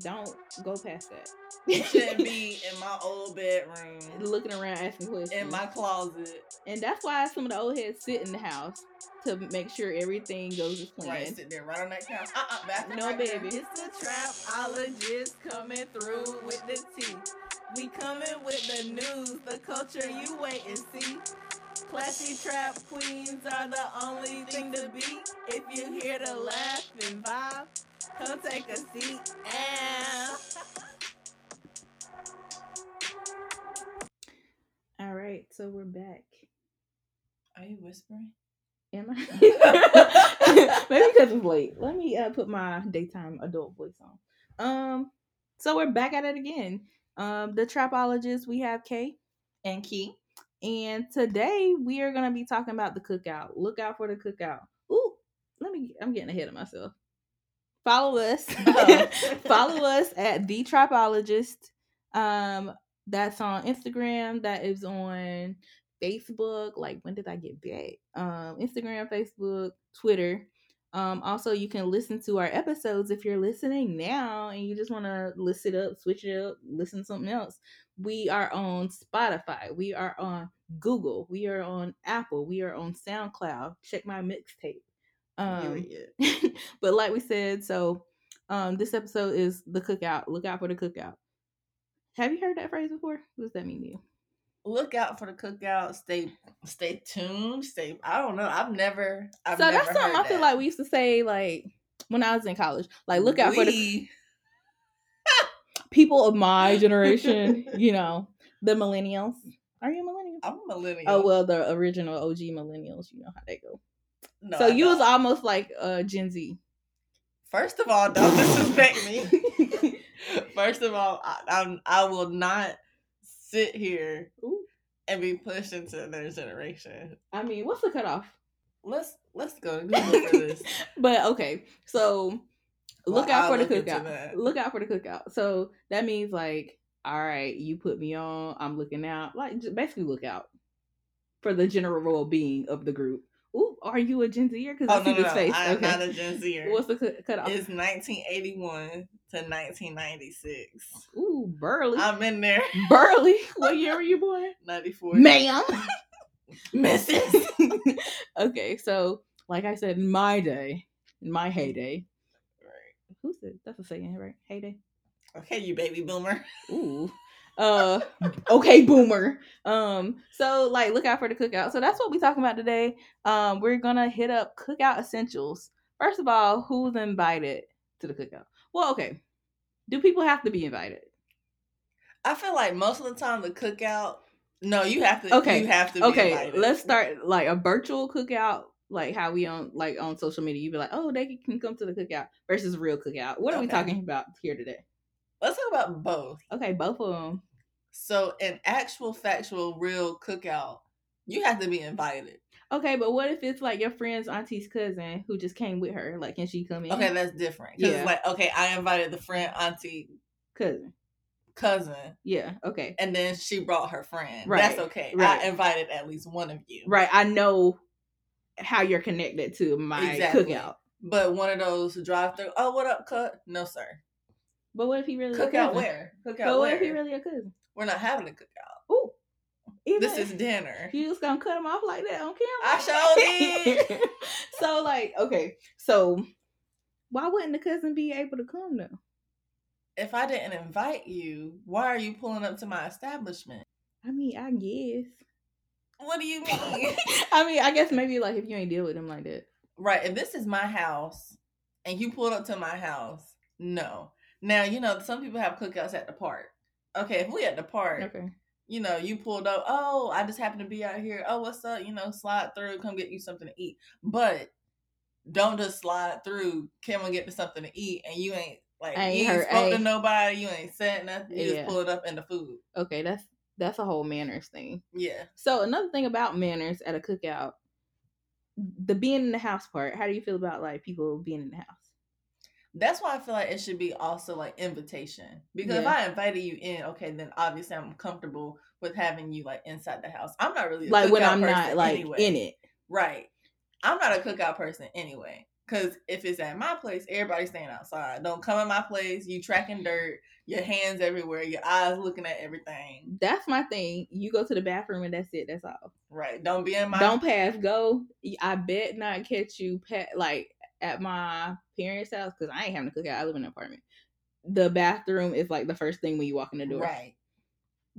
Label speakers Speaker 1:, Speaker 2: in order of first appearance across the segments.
Speaker 1: Don't go past that.
Speaker 2: It shouldn't be in my old bedroom,
Speaker 1: Looking around asking questions.
Speaker 2: in my closet.
Speaker 1: and that's why some of the old heads sit in the house to make sure everything goes as planned.
Speaker 2: Right, sit there right on that couch. Uh-uh, bathroom
Speaker 1: No,
Speaker 2: right there.
Speaker 1: baby.
Speaker 2: It's the trapologist coming through with the tea. We coming with the news, the culture you wait and see. Classy trap queens are the only thing to beat. If you hear the laugh and vibe, come take a seat. Ah.
Speaker 1: All right, so we're back.
Speaker 2: Are you whispering?
Speaker 1: Am I? Maybe because it's late. Let me uh, put my daytime adult voice on. Um, so we're back at it again. Um, the trapologist we have Kay and Key, and today we are gonna be talking about the cookout. Look out for the cookout. Ooh, let me. I'm getting ahead of myself. Follow us. follow us at the tripologist um that's on instagram that is on facebook like when did i get back um instagram facebook twitter um also you can listen to our episodes if you're listening now and you just want to list it up switch it up listen to something else we are on spotify we are on google we are on apple we are on soundcloud check my mixtape um
Speaker 2: Period.
Speaker 1: but like we said, so um this episode is the cookout. Look out for the cookout. Have you heard that phrase before? What does that mean to you?
Speaker 2: look out for the cookout. Stay stay tuned. Stay I don't know. I've never I've
Speaker 1: so
Speaker 2: never
Speaker 1: that's something
Speaker 2: heard
Speaker 1: I feel
Speaker 2: that.
Speaker 1: like we used to say like when I was in college. Like look out for the
Speaker 2: We-
Speaker 1: people of my generation, you know, the millennials. Are you a millennial?
Speaker 2: I'm a millennial.
Speaker 1: Oh well, the original OG millennials, you know how they go.
Speaker 2: No,
Speaker 1: so
Speaker 2: I
Speaker 1: you was
Speaker 2: don't.
Speaker 1: almost like uh Gen Z.
Speaker 2: First of all, don't disrespect me. First of all, I, I'm I will not sit here
Speaker 1: Ooh.
Speaker 2: and be pushed into another generation.
Speaker 1: I mean, what's the cutoff?
Speaker 2: Let's let's go to Google for this.
Speaker 1: But okay, so look
Speaker 2: Well,
Speaker 1: out
Speaker 2: I'll
Speaker 1: for the
Speaker 2: look into
Speaker 1: cookout.
Speaker 2: that.
Speaker 1: Look out for the cookout. So that means like, all right, you put me on. I'm looking out. Like j- basically, look out for the general well being of the group. Ooh, are you a Gen Zer? Because
Speaker 2: Oh
Speaker 1: I see
Speaker 2: no, no,
Speaker 1: this
Speaker 2: no.
Speaker 1: face.
Speaker 2: I am
Speaker 1: okay.
Speaker 2: not a Gen Zer.
Speaker 1: What's the cut- cutoff?
Speaker 2: It's 1981 to 1996.
Speaker 1: Ooh, burly,
Speaker 2: I'm in there.
Speaker 1: burly. What year were you born,
Speaker 2: 94.
Speaker 1: ma'am?
Speaker 2: Mrs.
Speaker 1: okay, so like I said, in my day, in my heyday.
Speaker 2: Right.
Speaker 1: Who said that's a saying, right? Heyday.
Speaker 2: Okay, you baby boomer.
Speaker 1: Ooh. Uh okay, boomer. Um, so like look out for the cookout. So that's what we talking about today. Um, we're gonna hit up cookout essentials. First of all, who's invited to the cookout? Well, okay. Do people have to be invited?
Speaker 2: I feel like most of the time the cookout. No, you have to.
Speaker 1: Okay,
Speaker 2: you have to. Be
Speaker 1: Okay,
Speaker 2: invited.
Speaker 1: let's start like a virtual cookout, like how we on like on social media, you be like, Oh, they can come to the cookout versus real cookout. What are we
Speaker 2: Okay.
Speaker 1: talking about here today?
Speaker 2: Let's talk about both.
Speaker 1: Okay, both of them.
Speaker 2: So, an actual, factual, real cookout, you have to be invited.
Speaker 1: Okay, but what if it's like your friend's auntie's cousin who just came with her? Like, can she come in?
Speaker 2: Okay, that's different. 'Cause
Speaker 1: Mm-hmm. Yeah.
Speaker 2: It's like, okay, I invited the friend, auntie,
Speaker 1: cousin.
Speaker 2: cousin,
Speaker 1: Yeah. Okay.
Speaker 2: and then she brought her friend.
Speaker 1: Right,
Speaker 2: That's okay.
Speaker 1: right.
Speaker 2: I invited at least one of you.
Speaker 1: Right. I know how you're connected to my
Speaker 2: Exactly.
Speaker 1: cookout.
Speaker 2: But one of those drive through. Oh, what up, cut? No, sir.
Speaker 1: But what if he really a
Speaker 2: Cookout
Speaker 1: cousin?
Speaker 2: where? Cookout
Speaker 1: But what
Speaker 2: where?
Speaker 1: if Mm-hmm. he really a cousin?
Speaker 2: We're not having a cookout.
Speaker 1: Ooh. Even
Speaker 2: This is dinner.
Speaker 1: you just gonna cut him off like that on camera.
Speaker 2: I sure did.
Speaker 1: so like, okay, so why wouldn't the cousin be able to come though?
Speaker 2: if I didn't invite you, why are you pulling up to my establishment?
Speaker 1: I mean, I guess.
Speaker 2: What do you mean?
Speaker 1: I mean, I guess maybe like if you ain't deal with him like that.
Speaker 2: right, if this is my house and you pulled up to my house, no. Now, you know, some people have cookouts at the park. Okay, if we at the park,
Speaker 1: Okay.
Speaker 2: you know, you pulled up, oh, I just happened to be out here. Oh, what's up? You know, slide through, come get you something to eat. But don't just slide through, come and get to something to eat, and you ain't like
Speaker 1: I ain't
Speaker 2: you
Speaker 1: heard-
Speaker 2: ain't spoke
Speaker 1: I-
Speaker 2: to nobody, you ain't said nothing, you
Speaker 1: Yeah.
Speaker 2: just pulled up and the food.
Speaker 1: Okay, that's that's a whole manners thing.
Speaker 2: Yeah.
Speaker 1: So another thing about manners at a cookout, the being in the house part. How do you feel about like people being in the house?
Speaker 2: That's why I feel like it should be also like invitation. Because if
Speaker 1: Yeah.
Speaker 2: I invited you in, okay, then obviously I'm comfortable with having you like inside the house. I'm not really a
Speaker 1: like when
Speaker 2: cookout
Speaker 1: I'm
Speaker 2: person
Speaker 1: not like
Speaker 2: anyway.
Speaker 1: in it.
Speaker 2: Right. I'm not a cookout person anyway. Cause if it's at my place, everybody's staying outside. Don't come in my place. You tracking dirt. Your hands everywhere. Your eyes looking at everything.
Speaker 1: That's my thing. You go to the bathroom and that's it. That's all.
Speaker 2: Right. Don't be in my.
Speaker 1: Don't pass go. I bet not catch you pat like at my parents' house because I ain't having to cook out. I live in an apartment. The bathroom is like the first thing when you walk in the door.
Speaker 2: Right.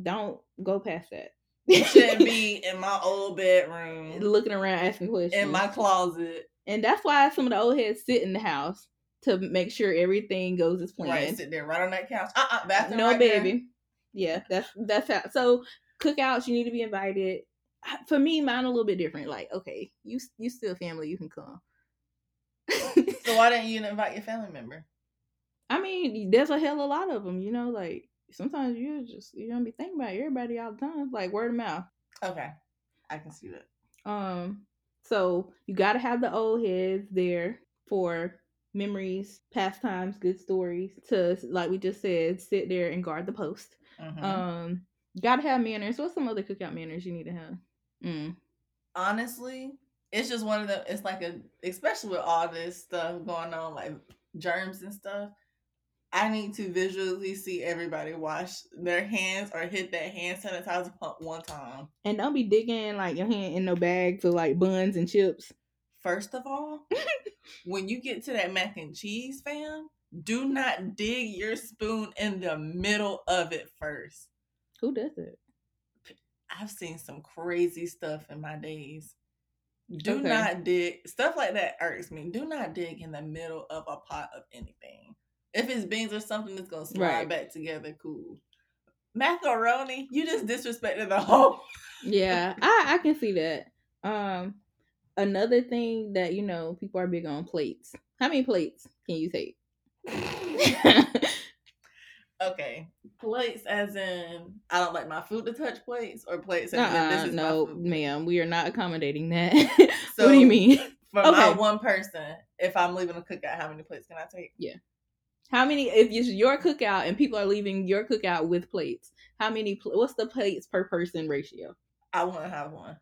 Speaker 1: Don't go past that.
Speaker 2: You shouldn't be in my old bedroom.
Speaker 1: Looking around asking questions.
Speaker 2: In my closet.
Speaker 1: and that's why some of the old heads sit in the house to make sure everything goes as planned.
Speaker 2: Right. Sit there right on that couch. Uh. uh bathroom.
Speaker 1: no
Speaker 2: right there.
Speaker 1: baby. Yeah, that's that's how. So cookouts, you need to be invited. For me, mine a little bit different. Like, okay, you you still family, you can come.
Speaker 2: So why didn't you invite your family member?
Speaker 1: I mean, there's a hell of a lot of them, you know. Like sometimes you just you don't be thinking about everybody all the time, like word of mouth.
Speaker 2: Okay. I can see that.
Speaker 1: Um, so you got to have the old heads there for memories, pastimes, good stories. To like we just said, sit there and guard the post.
Speaker 2: Mhm.
Speaker 1: Um, you gotta have manners. What's some other cookout manners you need to have? Mm.
Speaker 2: honestly, it's just one of the. It's like a, especially with all this stuff going on, like germs and stuff. I need to visually see everybody wash their hands or hit that hand sanitizer pump one time.
Speaker 1: And don't be digging like your hand in no bag for like buns and chips.
Speaker 2: First of all, when you get to that mac and cheese, fam, do not dig your spoon in the middle of it first.
Speaker 1: Who does it?
Speaker 2: I've seen some crazy stuff in my days. Do
Speaker 1: Okay.
Speaker 2: not dig stuff like that irks me. Do not dig in the middle of a pot of anything. If it's beans or something that's gonna slide
Speaker 1: Right.
Speaker 2: back together, cool. Macaroni, you just disrespected the whole.
Speaker 1: Yeah, I I can see that. Um, another thing that you know people are big on plates. How many plates can you take?
Speaker 2: okay, plates as in I don't like my food to touch plates, or plates as in
Speaker 1: Nuh-uh,
Speaker 2: this is
Speaker 1: no,
Speaker 2: my food.
Speaker 1: ma'am, we are not accommodating that.
Speaker 2: So
Speaker 1: what do you mean?
Speaker 2: for my
Speaker 1: Okay.
Speaker 2: one person, if I'm leaving a cookout, how many plates can I take?
Speaker 1: How many? If it's your cookout and people are leaving your cookout with plates, how many? Pl- what's the plates per person ratio?
Speaker 2: I want to have one.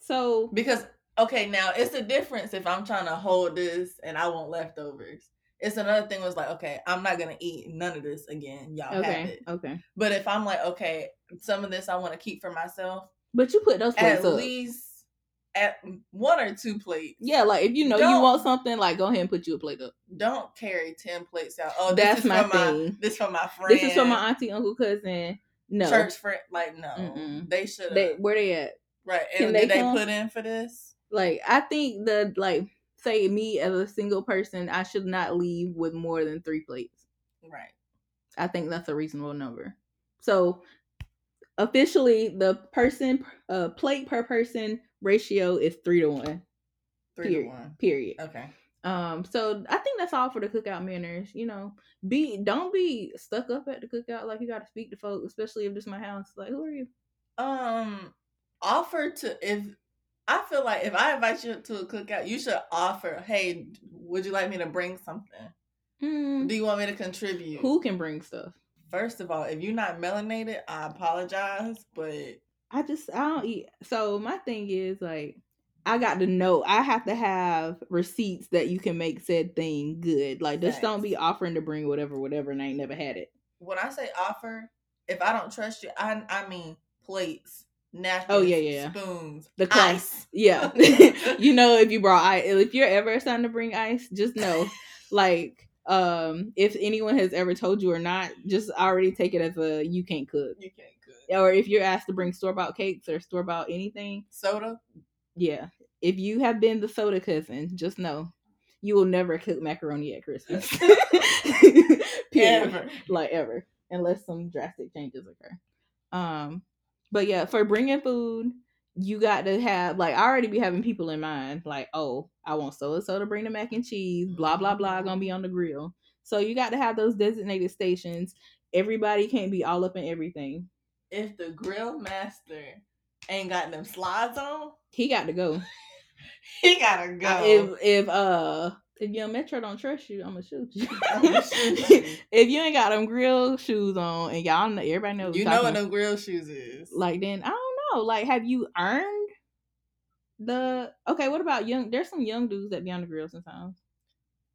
Speaker 1: So
Speaker 2: Because okay, now it's a difference if I'm trying to hold this and I want leftovers. It's another thing was like, okay, I'm not gonna eat none of this again. Y'all have
Speaker 1: okay,
Speaker 2: it.
Speaker 1: okay.
Speaker 2: But if I'm like, okay, some of this I want to keep for myself,
Speaker 1: But you put those plates
Speaker 2: at
Speaker 1: up.
Speaker 2: least at one or two plates.
Speaker 1: yeah, like if you know you
Speaker 2: Don't-
Speaker 1: want something, like go ahead and put you a plate up.
Speaker 2: Don't carry ten plates out. Oh, this
Speaker 1: That's
Speaker 2: is
Speaker 1: my
Speaker 2: for my
Speaker 1: thing.
Speaker 2: this for my friend.
Speaker 1: This is for my auntie, uncle, cousin. No,
Speaker 2: church friend. Like no,
Speaker 1: Mm-mm.
Speaker 2: they should
Speaker 1: they,
Speaker 2: have.
Speaker 1: where they at?
Speaker 2: Right?
Speaker 1: can
Speaker 2: And
Speaker 1: they
Speaker 2: did they
Speaker 1: come?
Speaker 2: put in for this?
Speaker 1: Like I think the like say me as a single person, I should not leave with more than three plates.
Speaker 2: Right.
Speaker 1: I think that's a reasonable number. So officially, the person uh, plate per person ratio is three to one.
Speaker 2: Three
Speaker 1: Period.
Speaker 2: to one.
Speaker 1: Period.
Speaker 2: Okay.
Speaker 1: Um, so I think that's all for the cookout manners. You know, be don't be stuck up at the cookout like you got to speak to folks, especially if this my house. Like, who are you?
Speaker 2: um offer to if I feel like if I invite you to a cookout, you should offer, hey, would you like me to bring something?
Speaker 1: Hmm,
Speaker 2: Do you want me to contribute?
Speaker 1: who can bring stuff?
Speaker 2: First of all, if you're not melanated, I apologize, but
Speaker 1: I just I don't eat. So my thing is like I got to know. I have to have receipts that you can make said thing good. Like just don't be offering to bring whatever, whatever, and I ain't never had it.
Speaker 2: when I say offer, if I don't trust you, I I mean plates, napkins,
Speaker 1: Oh, yeah, yeah.
Speaker 2: spoons,
Speaker 1: The class,
Speaker 2: ice.
Speaker 1: yeah. you know, if you brought ice, if you're ever assigned to bring ice, just know, like, um, if anyone has ever told you or not, just already take it as a you can't cook.
Speaker 2: You can't cook.
Speaker 1: Or if you're asked to bring store bought cakes or store bought anything,
Speaker 2: Soda,
Speaker 1: yeah. If you have been the soda cousin, just know you will never cook macaroni at Christmas. Period.
Speaker 2: ever.
Speaker 1: Like ever. Unless some drastic changes occur. Um but yeah, for bringing food, you got to have like I already be having people in mind like, "Oh, I want so and so to bring the mac and cheese, blah
Speaker 2: Mm-hmm.
Speaker 1: blah blah, going to be on the grill." So you got to have those designated stations. Everybody can't be all up in everything.
Speaker 2: If the grill master ain't got them slides on,
Speaker 1: He got to go.
Speaker 2: he gotta go.
Speaker 1: I- if if uh if your metro don't trust you, I'ma shoot you.
Speaker 2: I'ma shoot you.
Speaker 1: if you ain't got them grill shoes on, and y'all know everybody knows,
Speaker 2: You
Speaker 1: what I'm
Speaker 2: know what
Speaker 1: talking
Speaker 2: them grill shoes is.
Speaker 1: about, like then I don't know. Like, have you earned the? Okay, what about young? There's some young dudes that be on the grill sometimes.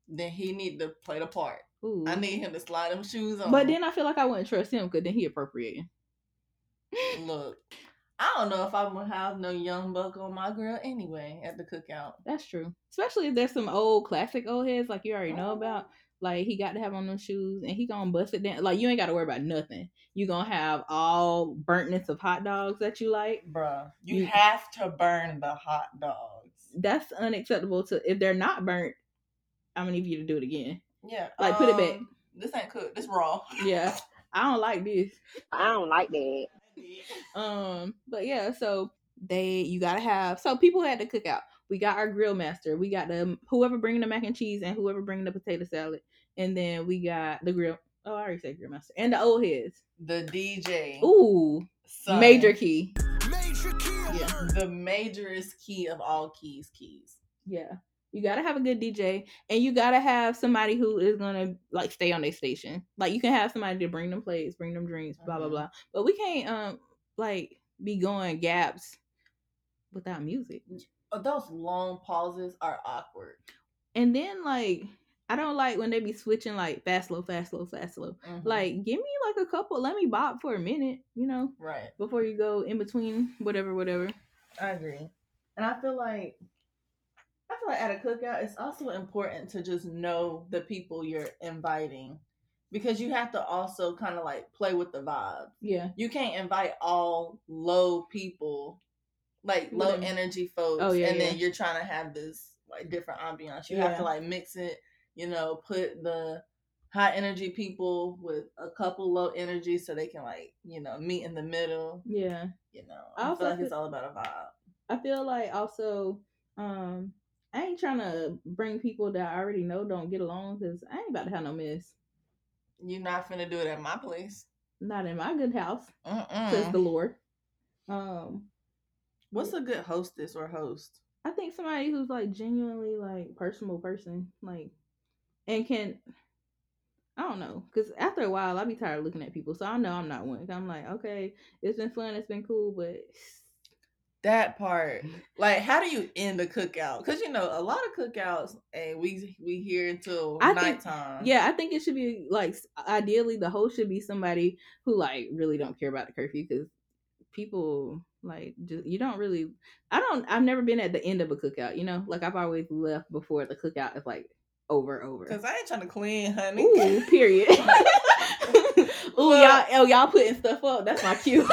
Speaker 2: then he need to play the part.
Speaker 1: Ooh.
Speaker 2: I need him to slide them shoes on.
Speaker 1: but then I feel like I wouldn't trust him because then he appropriating.
Speaker 2: look, I don't know if I'm gonna have no young buck on my grill anyway at the cookout.
Speaker 1: That's true. Especially if there's some old classic old heads like you already know
Speaker 2: Oh.
Speaker 1: about. Like he got to have on them shoes and he gonna bust it down. Like you ain't gotta worry about nothing. You gonna have all burntness of hot dogs that you like.
Speaker 2: Bruh, you
Speaker 1: You-
Speaker 2: have to burn the hot dogs.
Speaker 1: That's unacceptable to if they're not burnt, I'm gonna need you to do it again.
Speaker 2: Yeah.
Speaker 1: Like, put it back.
Speaker 2: um, This ain't cooked. This raw.
Speaker 1: Yeah. I don't like this.
Speaker 3: I don't like that.
Speaker 1: Um, but yeah, so they you gotta have so people had to cook out. We got our grill master. We got the whoever bringing the mac and cheese and whoever bringing the potato salad, and then we got the grill. Oh, I already said grill master and the old heads.
Speaker 2: The DJ.
Speaker 1: Ooh,
Speaker 2: son.
Speaker 1: major key.
Speaker 4: Major key
Speaker 1: Yeah.
Speaker 4: alert.
Speaker 2: The majorest key of all keys, keys.
Speaker 1: Yeah, you gotta have a good DJ, and you gotta have somebody who is gonna like stay on their station. Like you can have somebody to bring them plates, bring them drinks, blah blah
Speaker 2: Mhm.
Speaker 1: blah. But we can't um like be going gaps without music.
Speaker 2: Oh, those long pauses are awkward.
Speaker 1: And then like I don't like when they be switching like fast slow, fast slow, fast slow.
Speaker 2: Mhm.
Speaker 1: Like give me like a couple, let me bop for a minute, you know,
Speaker 2: right.
Speaker 1: before you go in between whatever, whatever.
Speaker 2: I agree. And I feel like I feel like at a cookout, it's also important to just know the people you're inviting because you have to also kind of like play with the vibe.
Speaker 1: Yeah.
Speaker 2: You can't invite all low people, like low
Speaker 1: Mhm.
Speaker 2: energy folks,
Speaker 1: Oh, yeah,
Speaker 2: and then
Speaker 1: yeah.
Speaker 2: you're trying to have this like different ambiance. You have to
Speaker 1: Yeah.
Speaker 2: like mix it, you know, put the high energy people with a couple low energy so they can like, you know, meet in the middle,
Speaker 1: Yeah.
Speaker 2: you know.
Speaker 1: I
Speaker 2: I,
Speaker 1: also
Speaker 2: feel like
Speaker 1: feel-
Speaker 2: it's all about a vibe.
Speaker 1: I feel like also um I ain't trying to bring people that I already know don't get along because I ain't about to have no mess.
Speaker 2: You're not finna do it at my place.
Speaker 1: Not in my good house, says
Speaker 2: Mm-mm.
Speaker 1: the Lord. Um,
Speaker 2: What's a good hostess or host?
Speaker 1: I think somebody who's like genuinely like personable person, like, and can, I don't know, because after a while I'll be tired of looking at people, so I know I'm not one. 'Cause I'm like, okay, it's been fun, it's been cool, but
Speaker 2: That part,
Speaker 1: Mm-hmm.
Speaker 2: like, how do you end a cookout? Because you know, a lot of cookouts, and we we here until
Speaker 1: I think-
Speaker 2: nighttime.
Speaker 1: yeah, I think it should be like s- ideally the host should be somebody who like really don't care about the curfew because people like just you don't really. I don't. I've never been at the end of a cookout. You know, like I've always left before the cookout is like over, over.
Speaker 2: Because I ain't trying to clean, honey.
Speaker 1: Ooh, period. Ooh,
Speaker 2: Well-
Speaker 1: y'all, oh, y'all putting stuff up. That's my cue.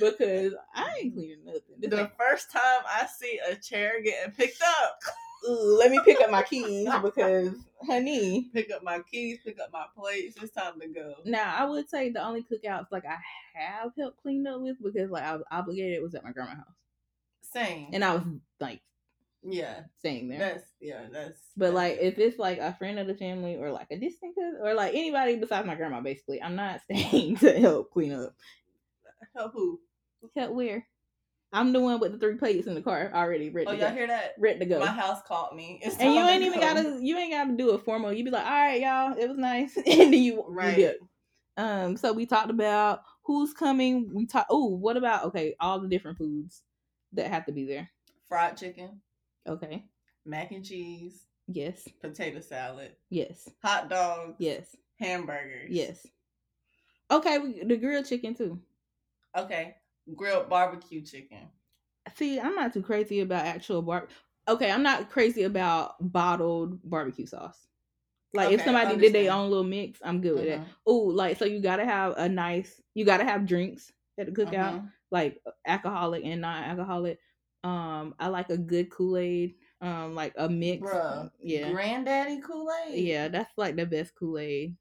Speaker 1: because I ain't cleaning nothing. This
Speaker 2: the
Speaker 1: ain't-
Speaker 2: first time I see a chair getting picked up,
Speaker 1: Ooh, let me pick up my keys because, honey.
Speaker 2: pick up my keys, pick up my plates. It's time to go.
Speaker 1: Now, I would say the only cookouts like I have helped clean up with because like I was obligated was at my grandma's house,
Speaker 2: Same.
Speaker 1: and I was like
Speaker 2: yeah,
Speaker 1: staying there.
Speaker 2: that's yeah, that's.
Speaker 1: But
Speaker 2: that's
Speaker 1: like,
Speaker 2: it.
Speaker 1: if it's like a friend of the family or like a distant cousin or like anybody besides my grandma, basically, I'm not staying to help clean up.
Speaker 2: help who?
Speaker 1: Help where? I'm the one with the three plates in the car already ready.
Speaker 2: Oh,
Speaker 1: to
Speaker 2: y'all
Speaker 1: go.
Speaker 2: hear that?
Speaker 1: ready to go.
Speaker 2: My house called me. It's
Speaker 1: And you
Speaker 2: time to
Speaker 1: ain't even
Speaker 2: go.
Speaker 1: gotta you ain't gotta do it formal. You be like, all right, y'all, it was nice. and then you
Speaker 2: Right.
Speaker 1: right. Um, so we talked about who's coming. We talk. Oh, what about okay? All the different foods that have to be there.
Speaker 2: fried chicken,
Speaker 1: Okay.
Speaker 2: mac and cheese,
Speaker 1: Yes.
Speaker 2: potato salad,
Speaker 1: Yes.
Speaker 2: hot dogs,
Speaker 1: Yes.
Speaker 2: hamburgers.
Speaker 1: Yes. Okay. We, the grilled chicken too.
Speaker 2: Okay. Grilled barbecue chicken.
Speaker 1: See, I'm not too crazy about actual bar. Okay, I'm not crazy about bottled barbecue sauce. Like if
Speaker 2: Okay,
Speaker 1: somebody did their
Speaker 2: understand.
Speaker 1: own little mix, I'm good with that.
Speaker 2: Mhm,
Speaker 1: Oh, like so you gotta have a nice. You gotta have drinks at the cookout.
Speaker 2: mhm.
Speaker 1: like uh, alcoholic and non-alcoholic. Um, I like a good Kool Aid. Um, like a mix.
Speaker 2: Bruh,
Speaker 1: yeah,
Speaker 2: Granddaddy Kool-Aid.
Speaker 1: yeah, that's like the best Kool Aid.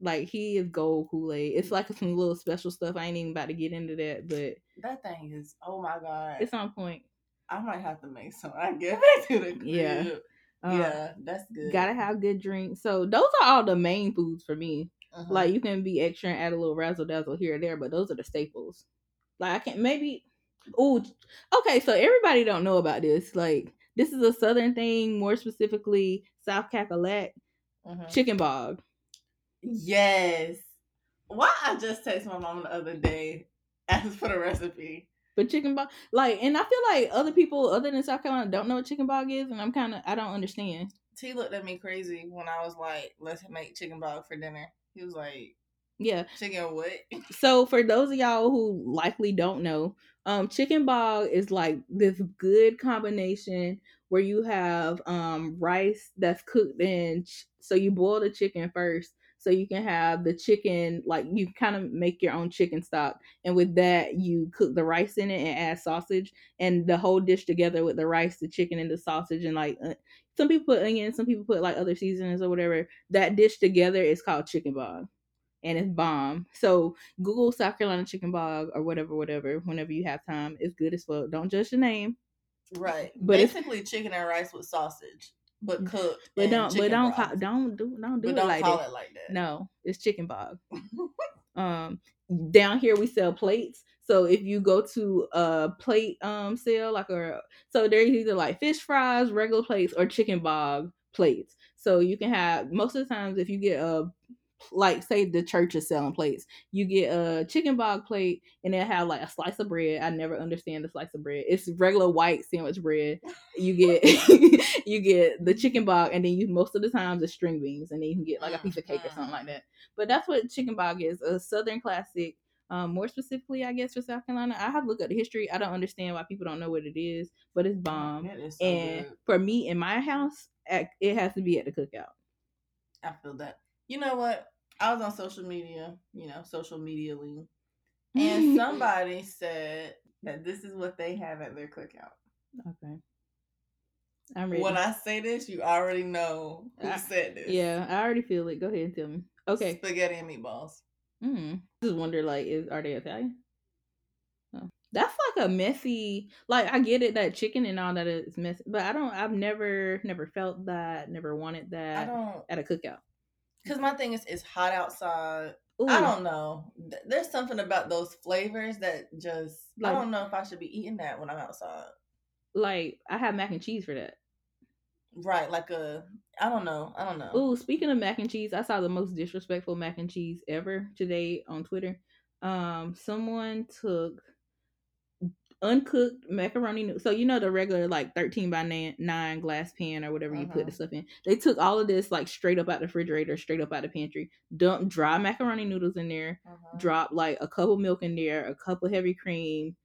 Speaker 1: Like he is gold Kool Aid. It's like some little special stuff. I ain't even about to get into that, but
Speaker 2: That thing is oh my god.
Speaker 1: it's on point.
Speaker 2: I might have to make some. I get back to the crib.
Speaker 1: Yeah. Um,
Speaker 2: yeah, that's good.
Speaker 1: Gotta have good drinks. So those are all the main foods for me.
Speaker 2: Mhm.
Speaker 1: Like you can be extra and add a little razzle dazzle here or there, but those are the staples. Like I can maybe ooh okay, so everybody don't know about this. Like this is a southern thing, more specifically South Cacolet
Speaker 2: Mhm.
Speaker 1: chicken bog.
Speaker 2: Yes. Why I just text my mom the other day asked for the recipe.
Speaker 1: But chicken bog like and I feel like other people other than South Carolina don't know what chicken bog is and I'm kinda I don't understand.
Speaker 2: T looked at me crazy when I was like, "Let's make chicken bog for dinner." He was like,
Speaker 1: Yeah.
Speaker 2: "Chicken what?"
Speaker 1: So for those of y'all who likely don't know, um, chicken bog is like this good combination where you have um rice that's cooked in. Ch- so you boil the chicken first, so you can have the chicken like you kind of make your own chicken stock, and with that you cook the rice in it and add sausage and the whole dish together with the rice, the chicken, and the sausage and like. Uh, some people put onion, some people put like other seasonings or whatever. That dish together is called chicken bog, and it's bomb. So Google South Carolina chicken bog or whatever, whatever, whenever you have time. It's good as well. Don't judge the name.
Speaker 2: Right.
Speaker 1: But it's-
Speaker 2: Basically, chicken and rice with sausage, but cooked.
Speaker 1: But
Speaker 2: in
Speaker 1: don't but
Speaker 2: chicken
Speaker 1: don't
Speaker 2: broth.
Speaker 1: call, don't do don't do
Speaker 2: but
Speaker 1: it
Speaker 2: don't
Speaker 1: like
Speaker 2: call
Speaker 1: that.
Speaker 2: it like that.
Speaker 1: No, it's chicken bog. um down here we sell plates. So if you go to a plate um sale, like or so they're either like fish fries, regular plates, or chicken bog plates. So you can have most of the times if you get a like say the church is selling plates, you get a chicken bog plate and they have like a slice of bread. I never understand the slice of bread. It's regular white sandwich bread. You get you get the chicken bog and then you most of the times it's string beans and then you can get like a piece of cake or something
Speaker 2: Uh-huh.
Speaker 1: like that. But that's what chicken bog is, a southern classic. Um, more specifically, I guess for South Carolina, I have looked at the history. I don't understand why people don't know what it is, but it's bomb.
Speaker 2: That is so
Speaker 1: um, And
Speaker 2: good.
Speaker 1: for me in my house, at- it has to be at the cookout.
Speaker 2: I feel that. You know what? I was on social media, you know, social media lean, and somebody said that this is what they have at their cookout.
Speaker 1: okay, I'm ready.
Speaker 2: When I say this, you already know who
Speaker 1: I-
Speaker 2: said this.
Speaker 1: yeah, I already feel it. Go ahead and tell me. Okay,
Speaker 2: Spaghetti and meatballs.
Speaker 1: mm. I just wonder like, is are they Italian? Oh. That's like a messy. Like I get it that chicken and all that is messy, but I don't. I've never, never felt that. Never wanted
Speaker 2: I
Speaker 1: that
Speaker 2: don't.
Speaker 1: at a cookout.
Speaker 2: Cause my thing is, it's hot outside.
Speaker 1: Ooh.
Speaker 2: I don't know. Th- There's something about those flavors that just.
Speaker 1: Like-
Speaker 2: I don't know if I should be eating that when I'm outside.
Speaker 1: like I have mac and cheese for that.
Speaker 2: Right, like a. I don't know. I don't know.
Speaker 1: Oh, speaking of mac and cheese, I saw the most disrespectful mac and cheese ever today on Twitter. Um, someone took uncooked macaroni noodles. So you know the regular like thirteen by nine, nine glass pan or whatever you
Speaker 2: Uh-huh.
Speaker 1: put the stuff in. They took all of this like straight up out the refrigerator, straight up out the pantry, dumped dry macaroni noodles in there,
Speaker 2: Uh-huh.
Speaker 1: drop like a cup of milk in there, a cup of heavy cream,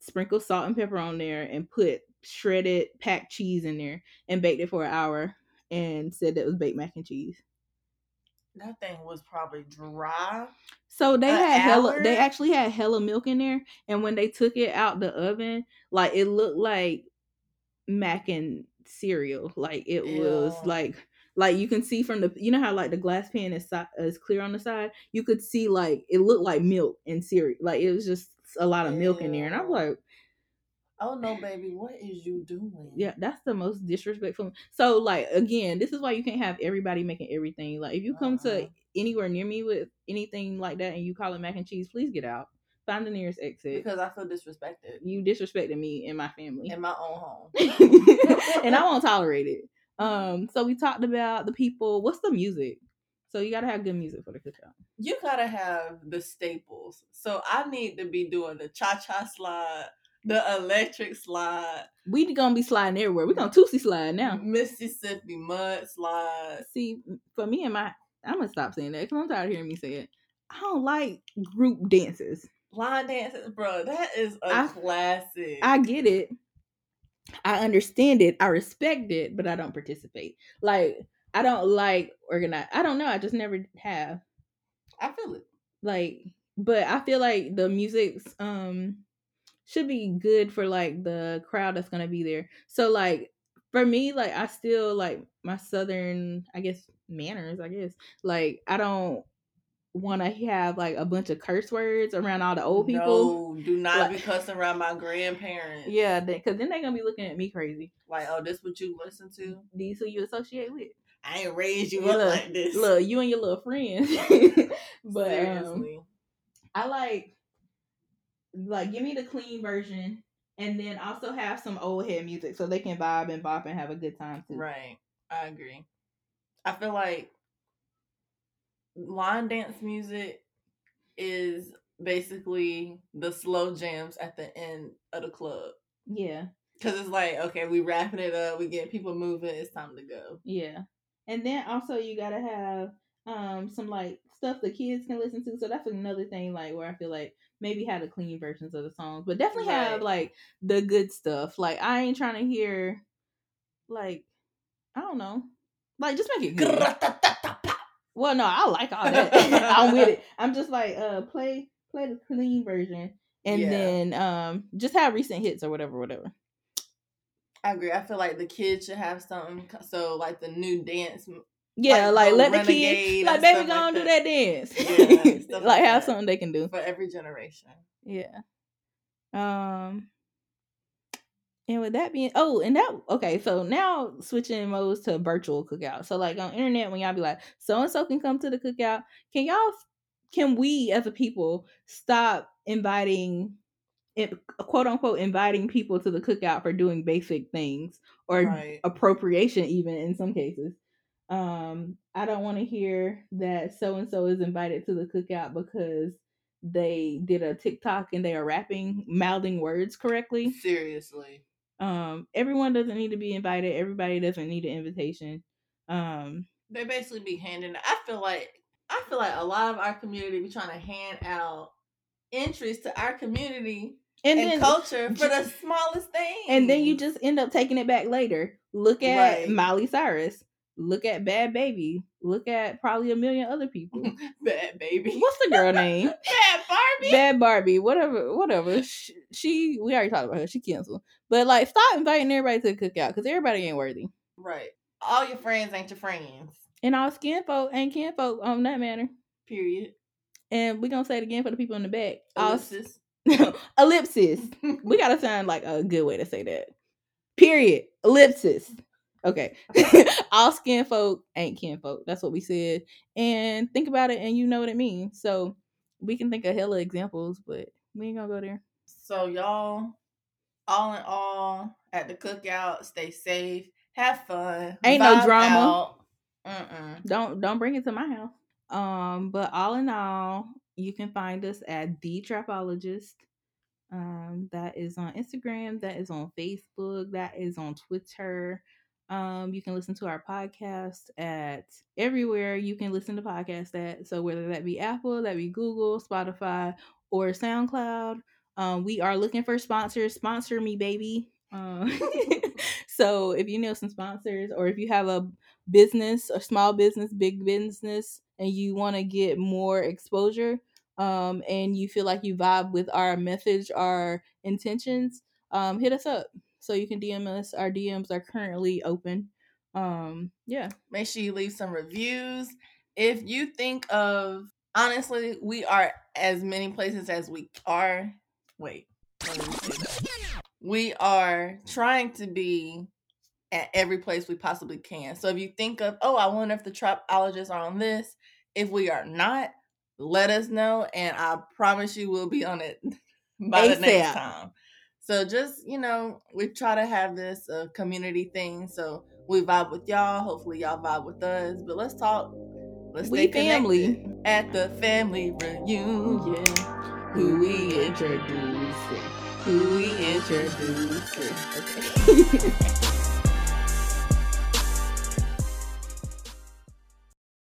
Speaker 1: sprinkle salt and pepper on there, and put shredded packed cheese in there and baked it for an hour and said that was baked mac and cheese.
Speaker 2: That thing was probably dry.
Speaker 1: So they
Speaker 2: An
Speaker 1: had hella they
Speaker 2: hour?
Speaker 1: actually had hella milk in there and when they took it out the oven, like it looked like mac and cereal. Like it was
Speaker 2: Ew.
Speaker 1: like like you can see from the you know how like the glass pan is si- is clear on the side, you could see like it looked like milk and cereal. Like it was just a lot of milk in there and I'm
Speaker 2: Ew.
Speaker 1: like,
Speaker 2: Oh no, baby, what is you doing?
Speaker 1: yeah, that's the most disrespectful. So like again, this is why you can't have everybody making everything. Like if you come
Speaker 2: Uh-uh.
Speaker 1: to anywhere near me with anything like that and you call it mac and cheese, please get out. Find the nearest exit.
Speaker 2: because I feel disrespected
Speaker 1: you disrespected me and my family.
Speaker 2: in my own home.
Speaker 1: and I won't tolerate it. Um, so we talked about the people. What's the music? So you gotta have good music for the cookout.
Speaker 2: you gotta have the staples. So I need to be doing the cha cha slide, the electric slide,
Speaker 1: We gonna be sliding everywhere. We're gonna tootsie slide now.
Speaker 2: Mm-hmm. Mississippi mud slide.
Speaker 1: See, for me and my, I'm gonna stop saying that because I'm tired of hearing me say it. I don't like group dances.
Speaker 2: Line dances, bro, that is a
Speaker 1: I-
Speaker 2: classic.
Speaker 1: I get it. I understand it. I respect it, but I don't participate. Like I don't like organize. I don't know. I just never have.
Speaker 2: I feel it.
Speaker 1: like but i feel like the music's um should be good for like the crowd that's gonna be there so like for me like i still like my southern i guess manners i guess like i don't want to have like a bunch of curse words around all the old people
Speaker 2: No, do not
Speaker 1: Like-
Speaker 2: be cussing around my grandparents.
Speaker 1: yeah because then they're gonna be looking at me crazy
Speaker 2: Like, oh, this what you listen to?
Speaker 1: these who you associate with
Speaker 2: I ain't raised you
Speaker 1: Look,
Speaker 2: up like this.
Speaker 1: look you and your little friends but um,
Speaker 2: Seriously.
Speaker 1: I like like give me the clean version and then also have some old head music so they can vibe and bop and have a good time too.
Speaker 2: Right. I agree. I feel like line dance music is basically the slow jams at the end of the club.
Speaker 1: Yeah.
Speaker 2: Cause it's like, okay, we wrapping it up, we getting people moving, it's time to go.
Speaker 1: Yeah. And then also you gotta have um some like stuff the kids can listen to. So that's another thing like where I feel like maybe have the clean versions of the songs, but definitely have
Speaker 2: Right.
Speaker 1: like the good stuff. Like I ain't trying to hear like I don't know. Like just make it good. Well, no, I like all that. I'm with it. I'm just like uh play play the clean version and
Speaker 2: Yeah.
Speaker 1: then um just have recent hits or whatever whatever.
Speaker 2: I agree. I feel like the kids should have something. So like the new dance, m-
Speaker 1: Yeah,
Speaker 2: Like,
Speaker 1: like,
Speaker 2: go
Speaker 1: let the
Speaker 2: Renegade
Speaker 1: kids
Speaker 2: and
Speaker 1: like baby
Speaker 2: stuff
Speaker 1: go
Speaker 2: like
Speaker 1: on do
Speaker 2: that.
Speaker 1: that dance.
Speaker 2: Yeah, stuff
Speaker 1: like,
Speaker 2: like
Speaker 1: have
Speaker 2: that.
Speaker 1: something they can do.
Speaker 2: for every generation.
Speaker 1: Yeah. Um and with that being oh, and that okay, so now switching modes to virtual cookout. So like on internet when y'all be like, so and so can come to the cookout, can y'all can we as a people stop inviting in- quote unquote inviting people to the cookout for doing basic things or
Speaker 2: Right.
Speaker 1: appropriation even in some cases um i don't want to hear that so and so is invited to the cookout because they did a tiktok and they are rapping mouthing words correctly
Speaker 2: Seriously.
Speaker 1: um everyone doesn't need to be invited everybody doesn't need an invitation um
Speaker 2: They basically be handing I feel like I feel like a lot of our community be trying to hand out entries to our community
Speaker 1: and,
Speaker 2: and,
Speaker 1: then
Speaker 2: culture for the smallest thing.
Speaker 1: and then you just end up taking it back later look at
Speaker 2: Right.
Speaker 1: miley cyrus look at bad baby look at probably a million other people
Speaker 2: bad baby.
Speaker 1: what's the girl name
Speaker 2: Yeah, Barbie.
Speaker 1: Bad Barbie, whatever, whatever. She, she, we already talked about her. She canceled. But like, stop inviting everybody to the cookout because everybody ain't worthy,
Speaker 2: Right. All your friends ain't your friends.
Speaker 1: and all skin folk ain't kin folk on that matter.
Speaker 2: Period.
Speaker 1: And we gonna say it again for the people in the back. All s-
Speaker 2: Ellipsis.
Speaker 1: ellipsis. We gotta sound like a good way to say that. Period. Ellipsis. Okay. all skin folk ain't kin folk. That's what we said. And think about it, and you know what it means. So we can think of hella examples, but we ain't gonna go there.
Speaker 2: So y'all, all in all, at the cookout, stay safe, have fun,
Speaker 1: Ain't no
Speaker 2: vibe
Speaker 1: drama.
Speaker 2: Out. Mm-mm.
Speaker 1: don't don't bring it to my house. Um, but all in all, you can find us at the Trapologist. Um, that is on Instagram, that is on Facebook, that is on Twitter. Um, you can listen to our podcast at everywhere you can listen to podcasts at. So whether that be Apple, that be Google, Spotify, or SoundCloud. Um, we are looking for sponsors. Sponsor me, baby. Um, so if you know some sponsors, or if you have a business or small business, big business, and you want to get more exposure, um, and you feel like you vibe with our message, our intentions, um, hit us up. So you can DM us. Our DMs are currently open. Um, yeah.
Speaker 2: Make sure you leave some reviews. If you think of honestly, we are as many places as we are. Wait. let me say that. We are trying to be at every place we possibly can. So if you think of, oh, I wonder if the trapologists are on this. If we are not, let us know, and I promise you we'll be on it by the next
Speaker 1: ASAP.
Speaker 2: time. So just you know, we try to have this uh, community thing. So we vibe with y'all. Hopefully y'all vibe with us. But let's talk. Let's
Speaker 1: We
Speaker 2: stay connected.
Speaker 1: family.
Speaker 2: at the family reunion.
Speaker 1: Who we introduce? Who we introduce? Okay.